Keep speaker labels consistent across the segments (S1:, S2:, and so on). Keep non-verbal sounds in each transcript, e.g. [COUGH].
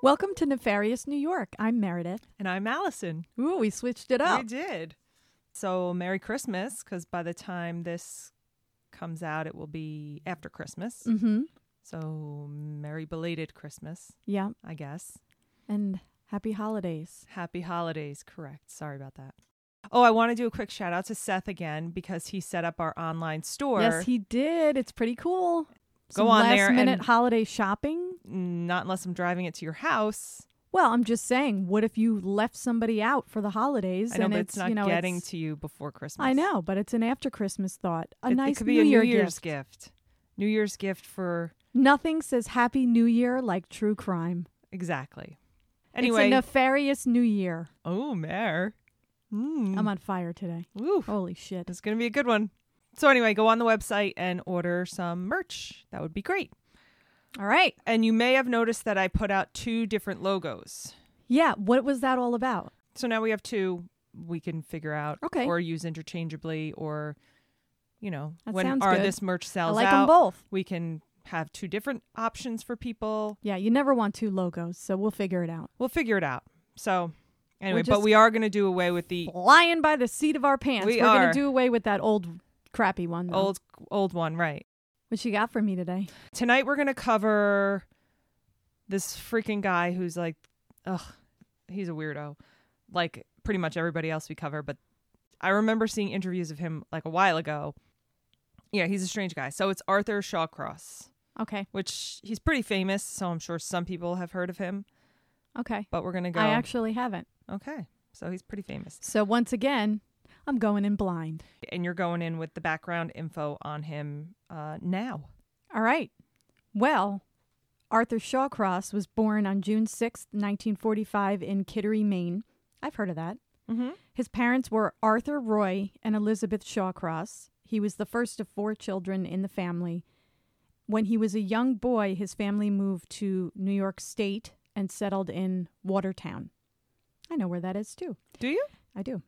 S1: Welcome to Nefarious New York. I'm Meredith.
S2: And I'm Allison.
S1: Ooh, we switched it
S2: We
S1: up.
S2: did. So Merry Christmas, because by the time this comes out, it will be after Christmas.
S1: Mm-hmm.
S2: So Merry belated Christmas,
S1: Yeah.
S2: I guess.
S1: And happy holidays.
S2: Happy holidays, correct. Sorry about that. Oh, I want to do a quick shout out to Seth again because he set up our online store.
S1: yes, he did. It's pretty cool.
S2: Go
S1: Some
S2: on
S1: last
S2: there and-
S1: minute holiday shopping.
S2: Not unless I'm driving it to your house.
S1: Well, I'm just saying, what if you left somebody out for the holidays
S2: I know,
S1: and
S2: but it's not
S1: you know
S2: getting
S1: it's-
S2: to you before Christmas.
S1: I know, but it's an after Christmas thought. A
S2: It-
S1: nice
S2: it could be
S1: New
S2: a
S1: Year
S2: New Year's
S1: gift.
S2: gift. New Year's gift for
S1: Nothing says happy New Year like true crime.
S2: exactly.
S1: It's a
S2: Anyway,
S1: nefarious New Year.
S2: Oh, Mare. Mm.
S1: I'm on fire today.
S2: Ooh,
S1: Holy shit.
S2: it's going to be a good one. So, anyway, go on the website and order some merch. That would be great.
S1: All right.
S2: And you may have noticed that I put out two different logos.
S1: Yeah, what was that all about?
S2: So now we have two we can figure out
S1: Okay.
S2: or use interchangeably or, you know,
S1: That
S2: when
S1: sounds
S2: our
S1: good.
S2: this merch
S1: I
S2: sells
S1: like them
S2: out,
S1: both.
S2: we can have two different options for people.
S1: Yeah, you never want two logos, so we'll figure it out.
S2: We'll figure it out. So, anyway, but
S1: just-
S2: we are going to do away with the
S1: Flying by the seat of our pants.
S2: We
S1: are
S2: are.
S1: gonna do away with that old crappy one. Though.
S2: old old one, right?
S1: What you got for me today?
S2: Tonight we're gonna cover this freaking guy who's like, ugh, he's a weirdo. Like pretty much everybody else we cover, but I remember seeing interviews of him like a while ago. Yeah, he's a strange guy. So it's Arthur Shawcross,
S1: Okay.
S2: which he's pretty famous, so I'm sure some people have heard of him.
S1: Okay.
S2: But we're gonna go.
S1: I actually haven't.
S2: okay, so he's pretty famous,
S1: So once again, I'm going in blind.
S2: and you're going in with the background info on him uh, now.
S1: All right. Well, Arthur Shawcross was born on June sixth, 1945 in Kittery, Maine. I've heard of that.
S2: Mm-hmm.
S1: His parents were Arthur Roy and Elizabeth Shawcross. He was the first of four children in the family. When he was a young boy, his family moved to New York State and settled in Watertown. I know where that is too.
S2: Do you?
S1: I do.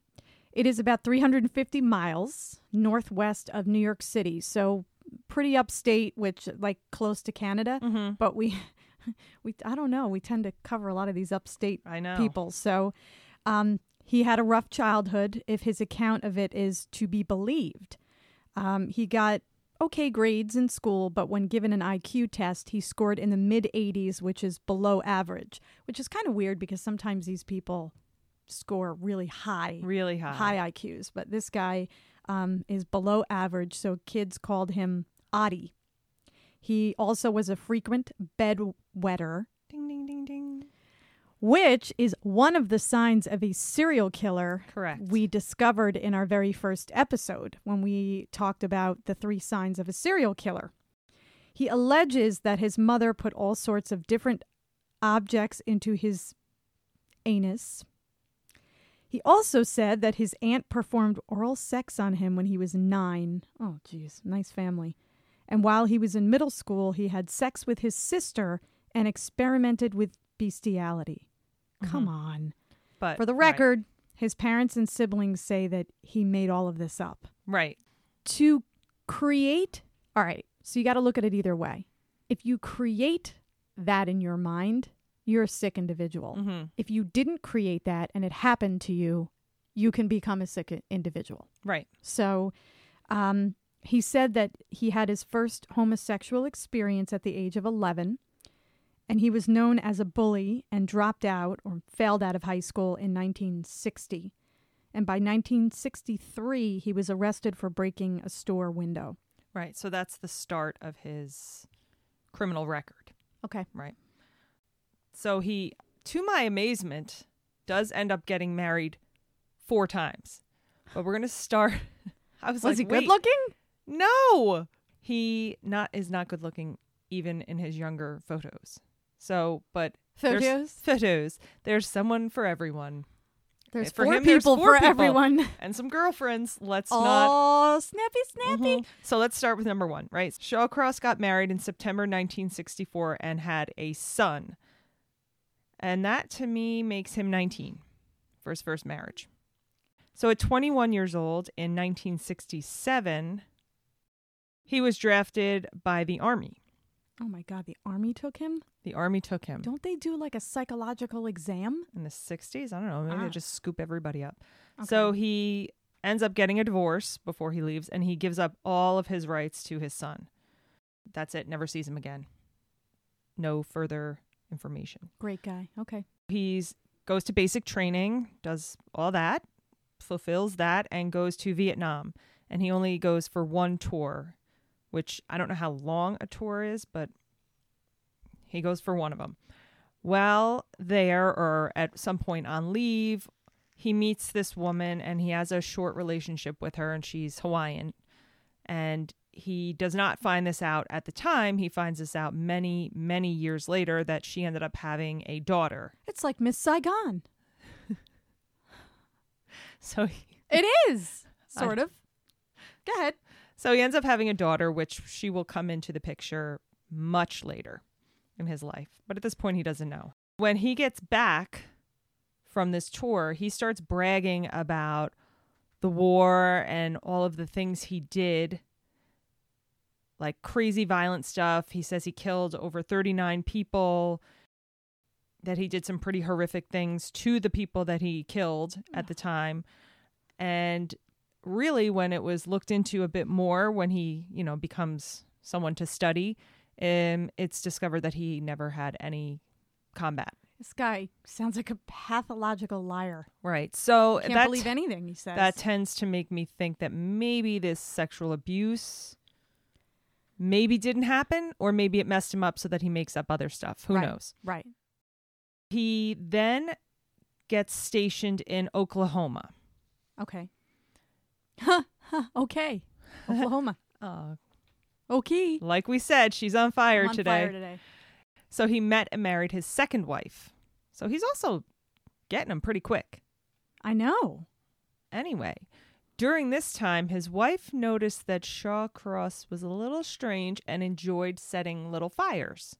S1: It is about 350 miles northwest of New York City, so pretty upstate, which like close to Canada.
S2: Mm-hmm.
S1: But we, [LAUGHS] we I don't know. We tend to cover a lot of these upstate
S2: I know.
S1: people. So um, he had a rough childhood, if his account of it is to be believed. Um, he got okay grades in school, but when given an IQ test, he scored in the mid 80s, which is below average, which is kind of weird because sometimes these people score really high,
S2: really high.
S1: high IQs. But this guy um, is below average, so kids called him Oddie. He also was a frequent bedwetter
S2: Ding ding ding ding.
S1: which is one of the signs of a serial killer
S2: Correct.
S1: we discovered in our very first episode when we talked about the three signs of a serial killer. He alleges that his mother put all sorts of different objects into his anus. He also said that his aunt performed oral sex on him when he was nine. Oh, geez, nice family. And while he was in middle school, he had sex with his sister and experimented with bestiality. Come on.
S2: But
S1: For the
S2: Mm-hmm. Uh, right.
S1: record, his parents and siblings say that he made all of this up.
S2: Right.
S1: To create, all right, so you got to look at it either way. If you create that in your mind, you're a sick individual.
S2: Mm-hmm.
S1: If you didn't create that and it happened to you, you can become a sick i- individual.
S2: Right.
S1: So um, he said that he had his first homosexual experience at the age of 11, and he was known as a bully and dropped out or failed out of high school in 1960. And by 1963, he was arrested for breaking a store window.
S2: Right. So that's the start of his criminal record.
S1: Okay.
S2: So he, to my amazement, does end up getting married four times. But we're gonna start. [LAUGHS] I was,
S1: Was
S2: like,
S1: he
S2: "Wait,
S1: good looking?
S2: No, he not is not good looking even in his younger photos. So, but there's-
S1: Photos?
S2: photos. There's someone for everyone,
S1: There's
S2: For
S1: four
S2: him, there's
S1: people
S2: four
S1: for
S2: people.
S1: everyone.
S2: [LAUGHS] and some girlfriends. Let's not
S1: Oh, snappy, snappy.
S2: Mhm. So let's start with number one, right? Shawcross got married in September 1964 and had a son. And that to me makes him 19 for his first marriage. So at 21 years old in 1967, he was drafted by the Army
S1: Oh my God, the army took him?
S2: The army took him
S1: Don't they do like a psychological exam?
S2: in the 60s. I don't know. Maybe
S1: Ah.
S2: they just scoop everybody up. So he ends up getting a divorce before he leaves and he gives up all of his rights to his son. That's it. Never sees him again. No further information.
S1: Great guy. Okay.
S2: He's goes to basic training, does all that, fulfills that, and goes to Vietnam. And he only goes for one tour, which I don't know how long a tour is, but he goes for one of them. Well, there or at some point on leave, he meets this woman and he has a short relationship with her, and she's Hawaiian. And he does not find this out at the time. He finds this out many, many years later that she ended up having a daughter.
S1: It's like Miss Saigon.
S2: [LAUGHS] So he,
S1: It is.
S2: I-
S1: Sort of. Go ahead.
S2: so he ends up having a daughter, which she will come into the picture much later in his life. But at this point, he doesn't know. When he gets back from this tour, he starts bragging about the war and all of the things he did, like crazy violent stuff. He says he killed over 39 people, that he did some pretty horrific things to the people that he killed at the time. And really when it was looked into a bit more when he you know becomes someone to study um, it's discovered that he never had any combat
S1: This guy sounds like a pathological liar.
S2: right so
S1: Can't
S2: that,
S1: believe anything he says.
S2: that tends to make me think that maybe this sexual abuse maybe didn't happen or maybe it messed him up so that he makes up other stuff who
S1: Right.
S2: knows
S1: right.
S2: he then gets stationed in oklahoma
S1: Okay. Huh. huh,
S2: [LAUGHS]
S1: okay. Oklahoma.
S2: uh,
S1: Okay.
S2: like we said she's on fire
S1: Oh. I'm on
S2: today
S1: Fire today.
S2: So he met and married his second wife. So he's also getting them pretty quick.
S1: I know.
S2: Anyway, during this time, his wife noticed that Shawcross was a little strange and enjoyed setting little fires.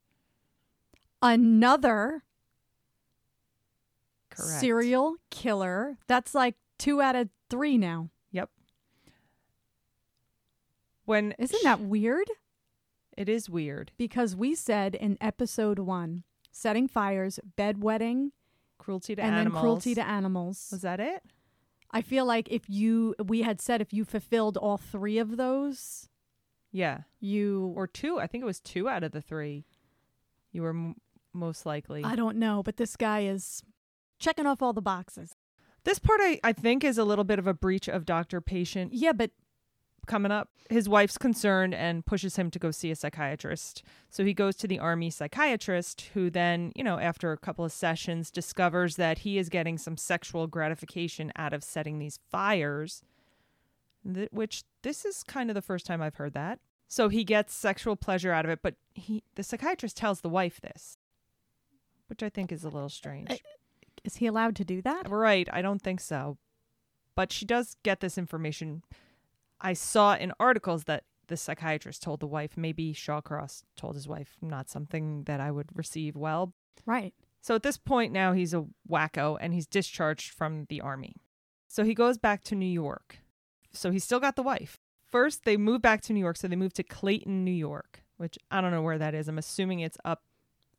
S1: Another
S2: Correct.
S1: serial killer. That's like two out of three now.
S2: Yep. When
S1: Isn't that weird?
S2: it is weird?
S1: Because we said in episode one, setting fires, bedwetting,
S2: Cruelty to
S1: and
S2: animals.
S1: then cruelty to animals.
S2: Was that it?
S1: I feel like if you, we had said if you fulfilled all three of those,
S2: Yeah,
S1: you,
S2: or two. I think it was two out of the three. You were m- most likely.
S1: I don't know, but this guy is checking off all the boxes.
S2: this part, I, I think, is a little bit of a breach of doctor patient
S1: Yeah, but
S2: coming up. His wife's concerned and pushes him to go see a psychiatrist. So he goes to the army psychiatrist, who then, you know, after a couple of sessions, discovers that he is getting some sexual gratification out of setting these fires, th- which this is kind of the first time I've heard that. So he gets sexual pleasure out of it, but he the psychiatrist tells the wife this, which I think is a little strange.
S1: is he allowed to do that?
S2: Right. I don't think so. But she does get this information. I saw in articles that the psychiatrist told the wife, maybe Shawcross told his wife, not something that I would receive well.
S1: Right.
S2: So at this point now, he's a wacko and he's discharged from the army. So he goes back to New York. So he's still got the wife. First, they move back to New York. So they move to Clayton, New York, which I don't know where that is. I'm assuming it's up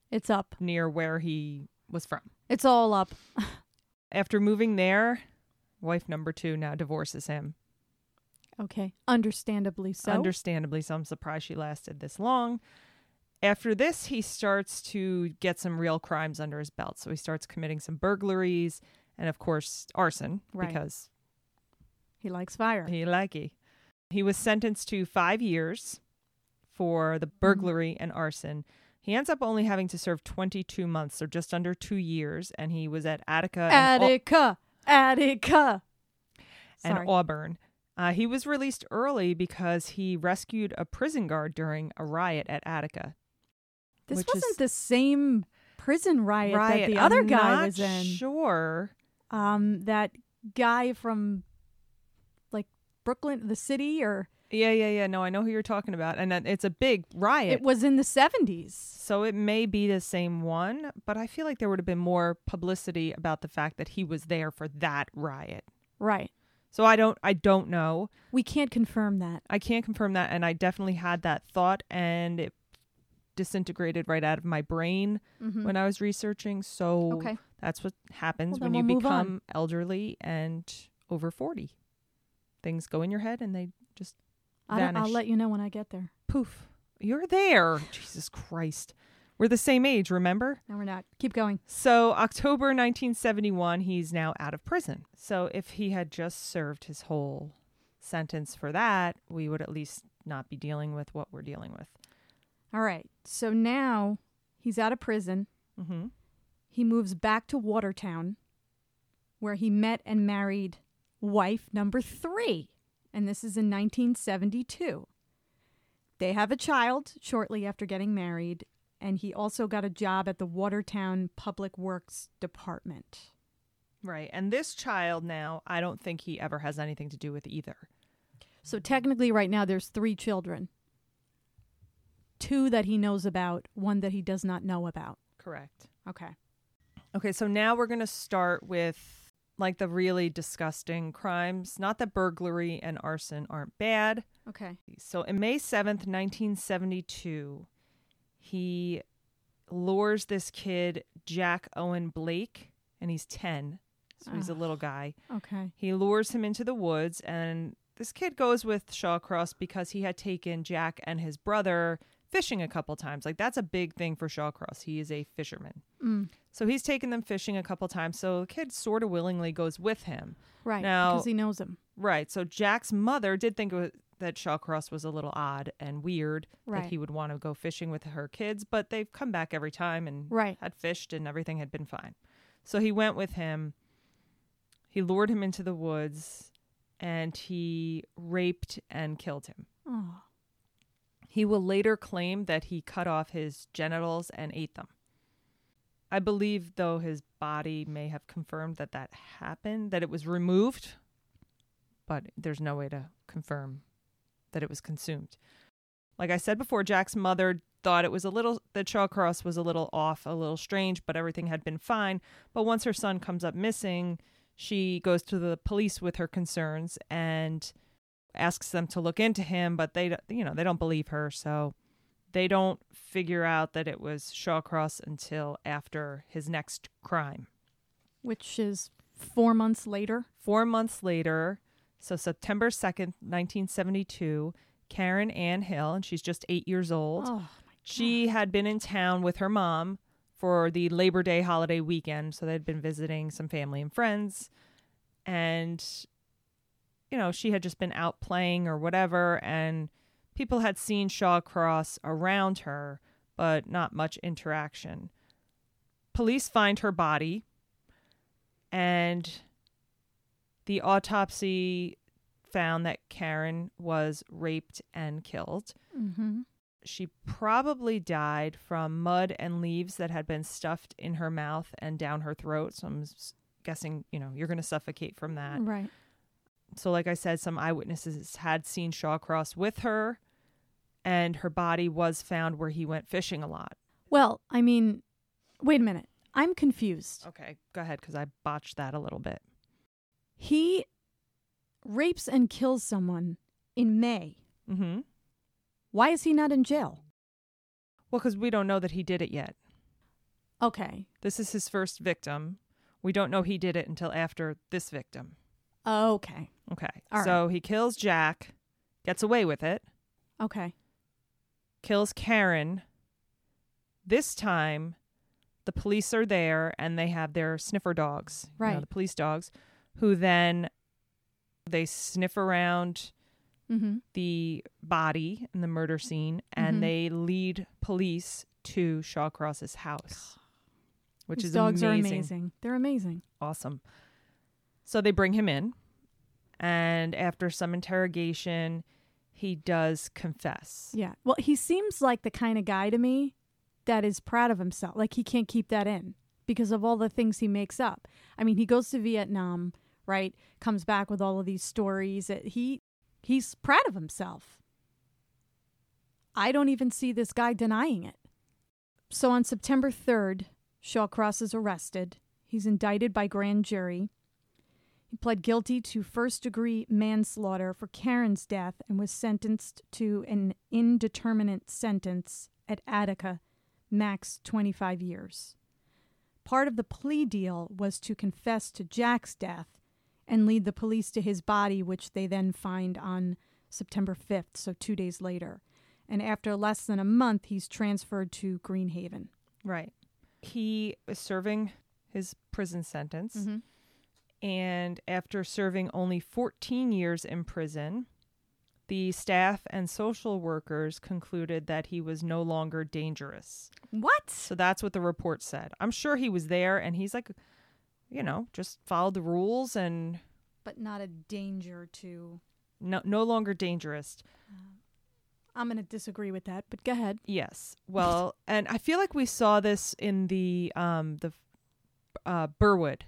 S1: It's up.
S2: near where he was from.
S1: It's all up.
S2: After moving there, wife number two now divorces him.
S1: Okay. Understandably so.
S2: Understandably, so I'm surprised she lasted this long. After this, he starts to get some real crimes under his belt. So he starts committing some burglaries and, of course, arson
S1: Right.
S2: because
S1: he likes fire.
S2: he lucky. He was sentenced to five years for
S1: Mm-hmm.
S2: the burglary and arson. He ends up only having to serve 22 months, so just under two years. And he was at Attica. and Al-
S1: Attica. Attica.
S2: and
S1: Sorry.
S2: Auburn. Uh, he was released early because he rescued a prison guard during a riot at Attica.
S1: this
S2: which
S1: wasn't
S2: is-
S1: the same prison riot,
S2: riot.
S1: that the other
S2: I'm
S1: guy
S2: not
S1: was in.
S2: Sure.
S1: Um, that guy from like Brooklyn, the city, or
S2: Yeah, yeah, yeah. No, I know who you're talking about, and that it's a big riot.
S1: it was in the seventies.
S2: so it may be the same one, but I feel like there would have been more publicity about the fact that he was there for that riot.
S1: Right.
S2: So I don't, I don't know.
S1: We can't confirm that.
S2: I can't confirm that, and I definitely had that thought, and it disintegrated right out of my brain
S1: Mhm.
S2: when I was researching. So
S1: okay.
S2: that's what happens
S1: Well,
S2: when
S1: then
S2: you
S1: we'll move on.
S2: become elderly and over 40. Things go in your head and they just
S1: I don't- I'll
S2: vanish.
S1: let you know when I get there.
S2: poof. You're there. Jesus Christ. We're the same age, remember?
S1: No, we're not. Keep going.
S2: So, October 1971, he's now out of prison. So, if he had just served his whole sentence for that, we would at least not be dealing with what we're dealing with.
S1: All right. So now he's out of prison.
S2: Mm-hmm.
S1: He moves back to Watertown, where he met and married wife number three. And this is in 1972. They have a child shortly after getting married, and he also got a job at the Watertown Public Works Department.
S2: Right. And this child now, I don't think he ever has anything to do with either.
S1: So technically, right now, there's three children two that he knows about, one that he does not know about.
S2: Correct.
S1: Okay.
S2: Okay, so now we're going to start with like the really disgusting crimes. Not that burglary and arson aren't bad.
S1: Okay.
S2: So, in May 7th, 1972, he lures this kid, Jack Owen Blake, and he's 10. So, he's a little guy.
S1: Okay.
S2: He lures him into the woods, and this kid goes with Shawcross because he had taken Jack and his brother fishing a couple times. Like, that's a big thing for Shawcross. He is a fisherman.
S1: Mm.
S2: So, he's taken them fishing a couple times. So, the kid sort of willingly goes with him.
S1: Right.
S2: Now-
S1: because he knows him.
S2: Right. So Jack's mother did think it wa- that Shawcross was a little odd and weird
S1: Right.
S2: that he would want to go fishing with her kids, but they've come back every time and
S1: Right.
S2: had fished and everything had been fine. So he went with him. He lured him into the woods and he raped and killed him.
S1: Oh.
S2: He will later claim that he cut off his genitals and ate them. I believe, though, his body may have confirmed that that happened, that it was removed, but there's no way to confirm that it was consumed. Like I said before, Jack's mother thought it was a little, that Shawcross was a little off, a little strange, but everything had been fine. But once her son comes up missing, she goes to the police with her concerns and asks them to look into him, but they, don't- you know, they don't believe her, so they don't figure out that it was Shawcross until after his next crime.
S1: which is four months later.
S2: Four months later, so September second, nineteen seventy-two, Karen Ann Hill, and she's just eight years old.
S1: Oh,
S2: She had been in town with her mom for the Labor Day holiday weekend, so they'd been visiting some family and friends. And you know, she had just been out playing or whatever and people had seen Shawcross around her, but not much interaction. Police find her body and the autopsy found that Karen was raped and killed
S1: mm-hmm.
S2: she probably died from mud and leaves that had been stuffed in her mouth and down her throat. So I'm s- guessing, you know, you're going to suffocate from that.
S1: right.
S2: So, like I said, some eyewitnesses had seen Shawcross with her, and her body was found where he went fishing a lot.
S1: Well, I mean, wait a minute. I'm confused.
S2: Okay, go ahead, because I botched that a little bit.
S1: He rapes and kills someone in May.
S2: Mm-hmm.
S1: Why is he not in jail?
S2: Well, because we don't know that he did it yet.
S1: Okay.
S2: This is his first victim. We don't know he did it until after this victim.
S1: Okay.
S2: Okay.
S1: All right.
S2: so he kills Jack, gets away with it.
S1: Okay.
S2: kills Karen. This time, the police are there and they have their sniffer dogs, you know,
S1: Right.
S2: the police dogs, who then they sniff around
S1: Mm-hmm.
S2: the body in the murder scene and
S1: Mhm.
S2: they lead police to Shawcross's house, which
S1: His
S2: is
S1: dogs
S2: amazing.
S1: are amazing. They're amazing.
S2: Awesome. So they bring him in, and after some interrogation, he does confess.
S1: Yeah. Well, he seems like the kind of guy to me that is proud of himself. Like he can't keep that in because of all the things he makes up. I mean, he goes to Vietnam, right? Comes back with all of these stories. It- He he's proud of himself. I don't even see this guy denying it. So on September 3rd, Shawcross is arrested. He's indicted by grand jury. He pled guilty to first degree manslaughter for Karen's death and was sentenced to an indeterminate sentence at Attica, max 25 years. Part of the plea deal was to confess to Jack's death and lead the police to his body, which they then find on September 5th, so two days later. And after less than a month, he's transferred to Greenhaven.
S2: Right. He is serving his prison sentence.
S1: Mm-hmm.
S2: And after serving only 14 years in prison, the staff and social workers concluded that he was no longer dangerous.
S1: What?
S2: So that's what the report said. I'm sure he was there and he's like, you know, just followed the rules and
S1: But not a danger to.
S2: no, no longer dangerous.
S1: I'm going to disagree with that, but go ahead.
S2: Yes. Well, and I feel like we saw this in the um the uh Burwood.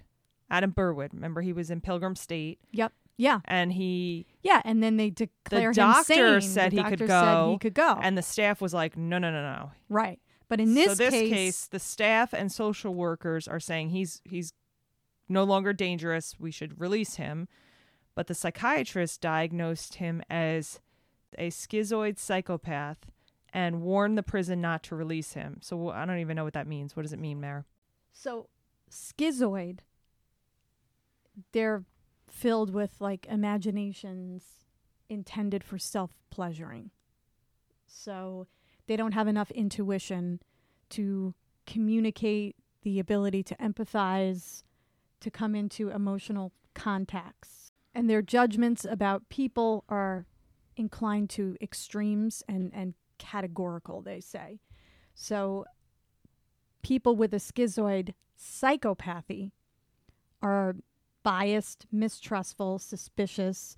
S2: Adam Burwood. Remember he was in Pilgrim State
S1: Yep. Yeah.
S2: and he
S1: Yeah. And then they declare him
S2: doctor
S1: sane.
S2: said
S1: the
S2: he
S1: doctor
S2: could
S1: Said he
S2: go,
S1: could go.
S2: and the staff was like, No no no no.
S1: right. But in this,
S2: so this the staff and social workers are saying he's he's no longer dangerous, we should release him. But the psychiatrist diagnosed him as a schizoid psychopath and warned the prison not to release him. So I don't even know what that means. What does it mean, Mare?
S1: so schizoid, they're filled with like imaginations intended for self pleasuring. So they don't have enough intuition to communicate the ability to empathize, to come into emotional contacts. And their judgments about people are inclined to extremes and, and categorical, they say. So people with a schizoid psychopathy are biased, mistrustful, suspicious.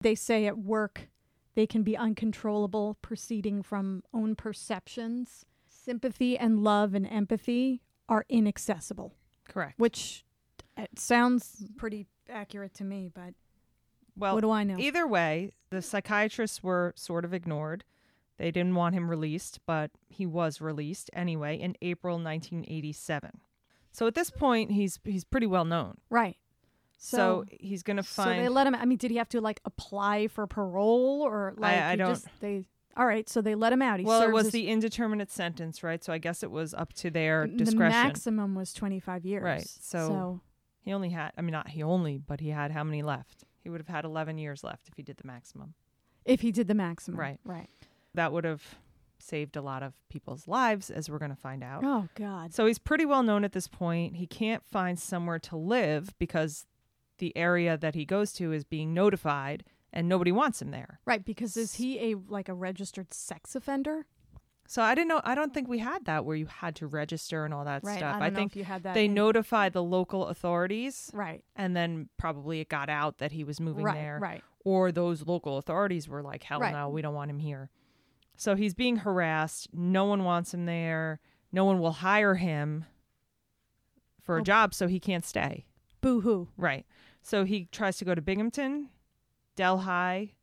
S1: They say at work they can be uncontrollable, proceeding from own perceptions. Sympathy and love and empathy are inaccessible,
S2: Correct.
S1: which it sounds pretty accurate to me, but
S2: Well,
S1: what do I know?
S2: either way, the psychiatrists were sort of ignored. They didn't want him released, but he was released anyway in April 1987. So at this point, he's he's pretty well known.
S1: right.
S2: So, he's going to
S1: so they
S2: find
S1: let him. I mean, did he have to like apply for parole or like
S2: I
S1: he
S2: don't-
S1: Just, they all right. So they let him out. He
S2: Well, it
S1: serves
S2: was
S1: his-
S2: the indeterminate sentence, right? So I guess it was up to their
S1: the
S2: discretion.
S1: maximum was twenty five years.
S2: Right, so- he only had I mean not he only, but he had how many left? He would have had 11 years left if he did the maximum.
S1: if he did the maximum,
S2: Right.
S1: right.
S2: That would have saved a lot of people's lives as we're going to find out.
S1: Oh God,
S2: So he's pretty well known at this point. He can't find somewhere to live because the area that he goes to is being notified and nobody wants him there.
S1: right? Because is he a like a registered sex offender?
S2: So I didn't know I don't think we had that where you had to register and all that
S1: Right.
S2: stuff.
S1: I don't know
S2: think
S1: if you had that.
S2: they
S1: in-
S2: notify the local authorities
S1: Right.
S2: and then probably it got out that he was moving
S1: Right.
S2: there
S1: Right.
S2: or those local authorities were like hell
S1: Right.
S2: no, we don't want him here. So he's being harassed, no one wants him there, no one will hire him for a
S1: Oh.
S2: job so he can't stay.
S1: Boo hoo.
S2: Right. So he tries to go to Binghamton, Delhi,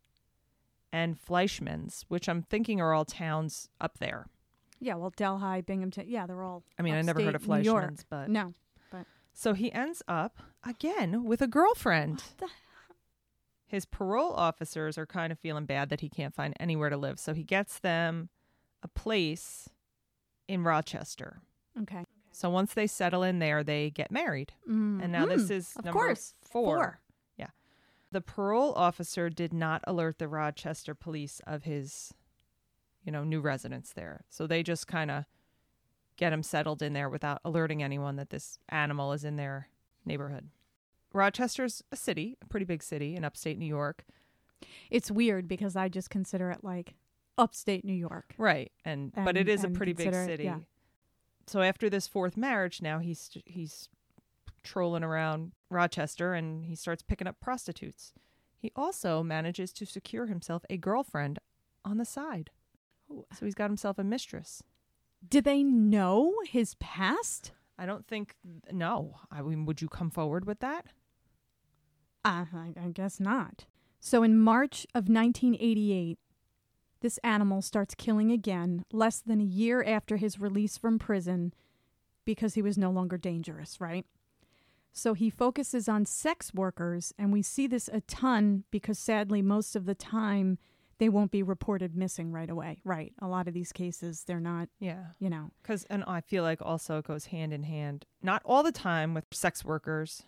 S2: and Fleischmann's, which I'm thinking are all towns up there.
S1: Yeah. Well, Delhi, Binghamton. Yeah, they're all.
S2: I mean, I never heard of
S1: upstate New York.
S2: Fleischmann's, but
S1: No.
S2: so he ends up again with a girlfriend.
S1: the-
S2: His parole officers are kind of feeling bad that he can't find anywhere to live, so he gets them a place in Rochester.
S1: Okay.
S2: So once they settle in there, they get married.
S1: Mm.
S2: And now this
S1: Mm.
S2: is
S1: of
S2: number
S1: course
S2: four. the parole officer did not alert the Rochester police of his, you know, new residence there. So they just kind of get him settled in there without alerting anyone that this animal is in their neighborhood. Rochester's a city, a pretty big city in upstate New York.
S1: It's weird because I just consider it like upstate New York.
S2: Right. And, but it
S1: And-
S2: is a
S1: and
S2: pretty big
S1: consider it-
S2: city.
S1: yeah.
S2: So after this fourth marriage, now he's he's trolling around Rochester and he starts picking up prostitutes. He also manages to secure himself a girlfriend on the side.
S1: Ooh.
S2: So he's got himself a mistress.
S1: Did they know his past?
S2: I don't think no. I mean, would you come forward with that?
S1: Uh, I, I guess not. So in March of 1988, this animal starts killing again less than a year after his release from prison because he was no longer dangerous, right? So he focuses on sex workers, and we see this a ton because sadly, most of the time, they won't be reported missing right away. Right. A lot of these cases, they're not,
S2: Yeah.
S1: you know.
S2: Because, and I feel like also it goes hand in hand, not all the time with sex workers,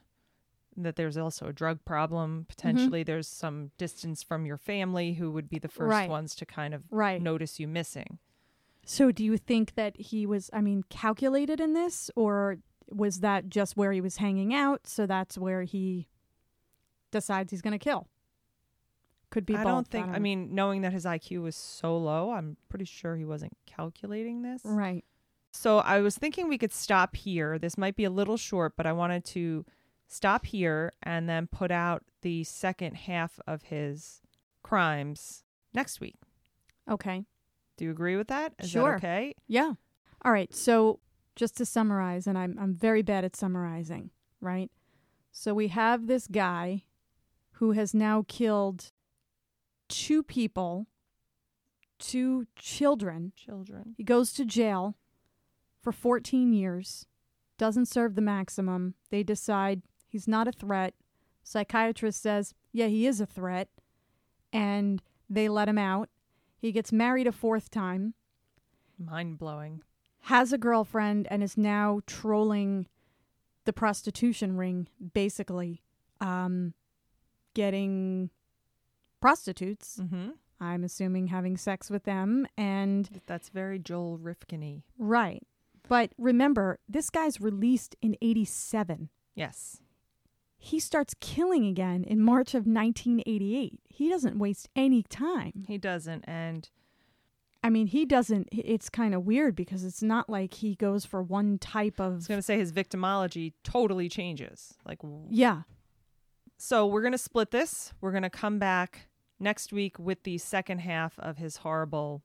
S2: that there's also a drug
S1: Mm-hmm.
S2: problem. Potentially, there's some distance from your family who would be the first
S1: Right.
S2: ones to kind of
S1: Right.
S2: notice you missing.
S1: So do you think that he was, I mean, calculated in this, or was that just where he was hanging out? So that's where he decides he's going to kill? Could be
S2: I
S1: both.
S2: don't think, I,
S1: know.
S2: mean, knowing that his IQ was so low, I'm pretty sure he wasn't calculating this.
S1: right.
S2: So I was thinking we could stop here. This might be a little short, but I wanted to stop here and then put out the second half of his crimes next week.
S1: Okay.
S2: Do you agree with that? Is that
S1: Sure.
S2: okay.
S1: Yeah. All right. So just to summarize, and I'm I'm very bad at summarizing, right? So we have this guy who has now killed two people, two children.
S2: Children.
S1: He goes to jail for 14 years, doesn't serve the maximum. They decide he's not a threat. Psychiatrist says, yeah, he is a threat. And they let him out. He gets married a fourth time
S2: Mind blowing.
S1: has a girlfriend and is now trolling the prostitution ring, basically, um, getting prostitutes.
S2: Mm-hmm.
S1: I'm assuming having sex with them. And
S2: That's very Joel Rifkin-y.
S1: right. But remember, this guy's released in 87.
S2: Yes.
S1: He starts killing again in March of 1988. He doesn't waste any time.
S2: He doesn't. And
S1: I mean, he doesn't. It's kind of weird because it's not like he goes for one type
S2: I was
S1: of.
S2: going to say his victimology totally changes. Like, w-
S1: Yeah.
S2: so we're going to split this. We're going to come back next week with the second half of his horrible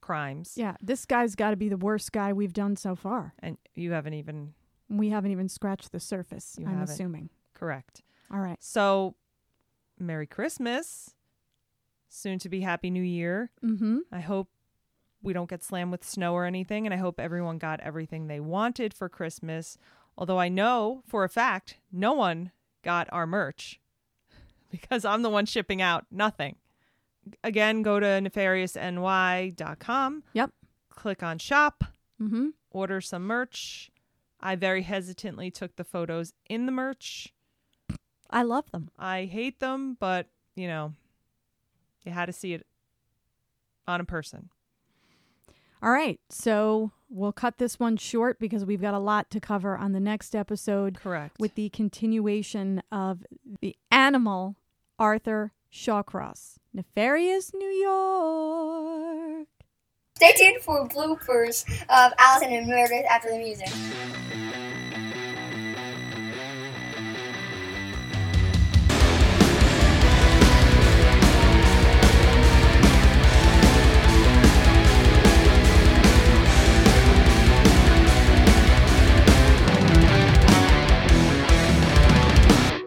S2: crimes.
S1: Yeah, this guy's got to be the worst guy we've done so far.
S2: And you haven't even
S1: We haven't even scratched the surface,
S2: You
S1: I'm
S2: haven't.
S1: assuming.
S2: correct.
S1: All right.
S2: So, Merry Christmas. Soon to be Happy New Year.
S1: Mm-hmm.
S2: I hope we don't get slammed with snow or anything, and I hope everyone got everything they wanted for Christmas. Although I know for a fact no one got our merch [LAUGHS] because I'm the one shipping out nothing. Again, go to nefariousny.com.
S1: Yep.
S2: Click on shop,
S1: Mm-hmm.
S2: order some merch. I very hesitantly took the photos in the merch.
S1: I love them.
S2: I hate them, but you know, you had to see it on a person.
S1: All right. So we'll cut this one short because we've got a lot to cover on the next episode
S2: Correct.
S1: with the continuation of the animal Arthur Shawcross. Nefarious New York.
S3: Stay tuned for bloopers of Allison and Meredith after the music.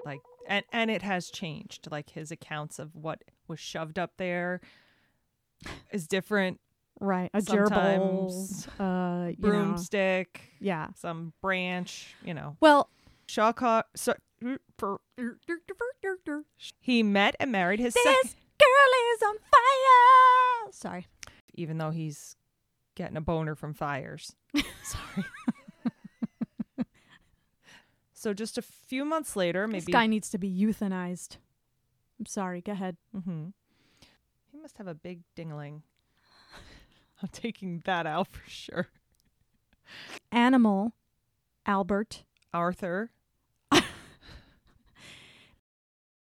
S2: like and and it has changed like his accounts of what was shoved up there is different
S1: Right. A
S2: Sometimes.
S1: gerbil. Uh, [LAUGHS] you know.
S2: broomstick
S1: Yeah.
S2: some branch you know
S1: Well,
S2: shawcross so, mm, he met and married his
S1: this
S2: second
S1: girl is on fire. Sorry.
S2: even though he's getting a boner
S1: [LAUGHS]
S2: from fires sorry [LAUGHS] so just a few months later maybe
S1: This guy needs to be euthanized. I'm sorry. Go ahead.
S2: hmm He must have a big
S1: [LAUGHS]
S2: dingling. I'm taking that out for sure.
S1: Animal Albert
S2: Arthur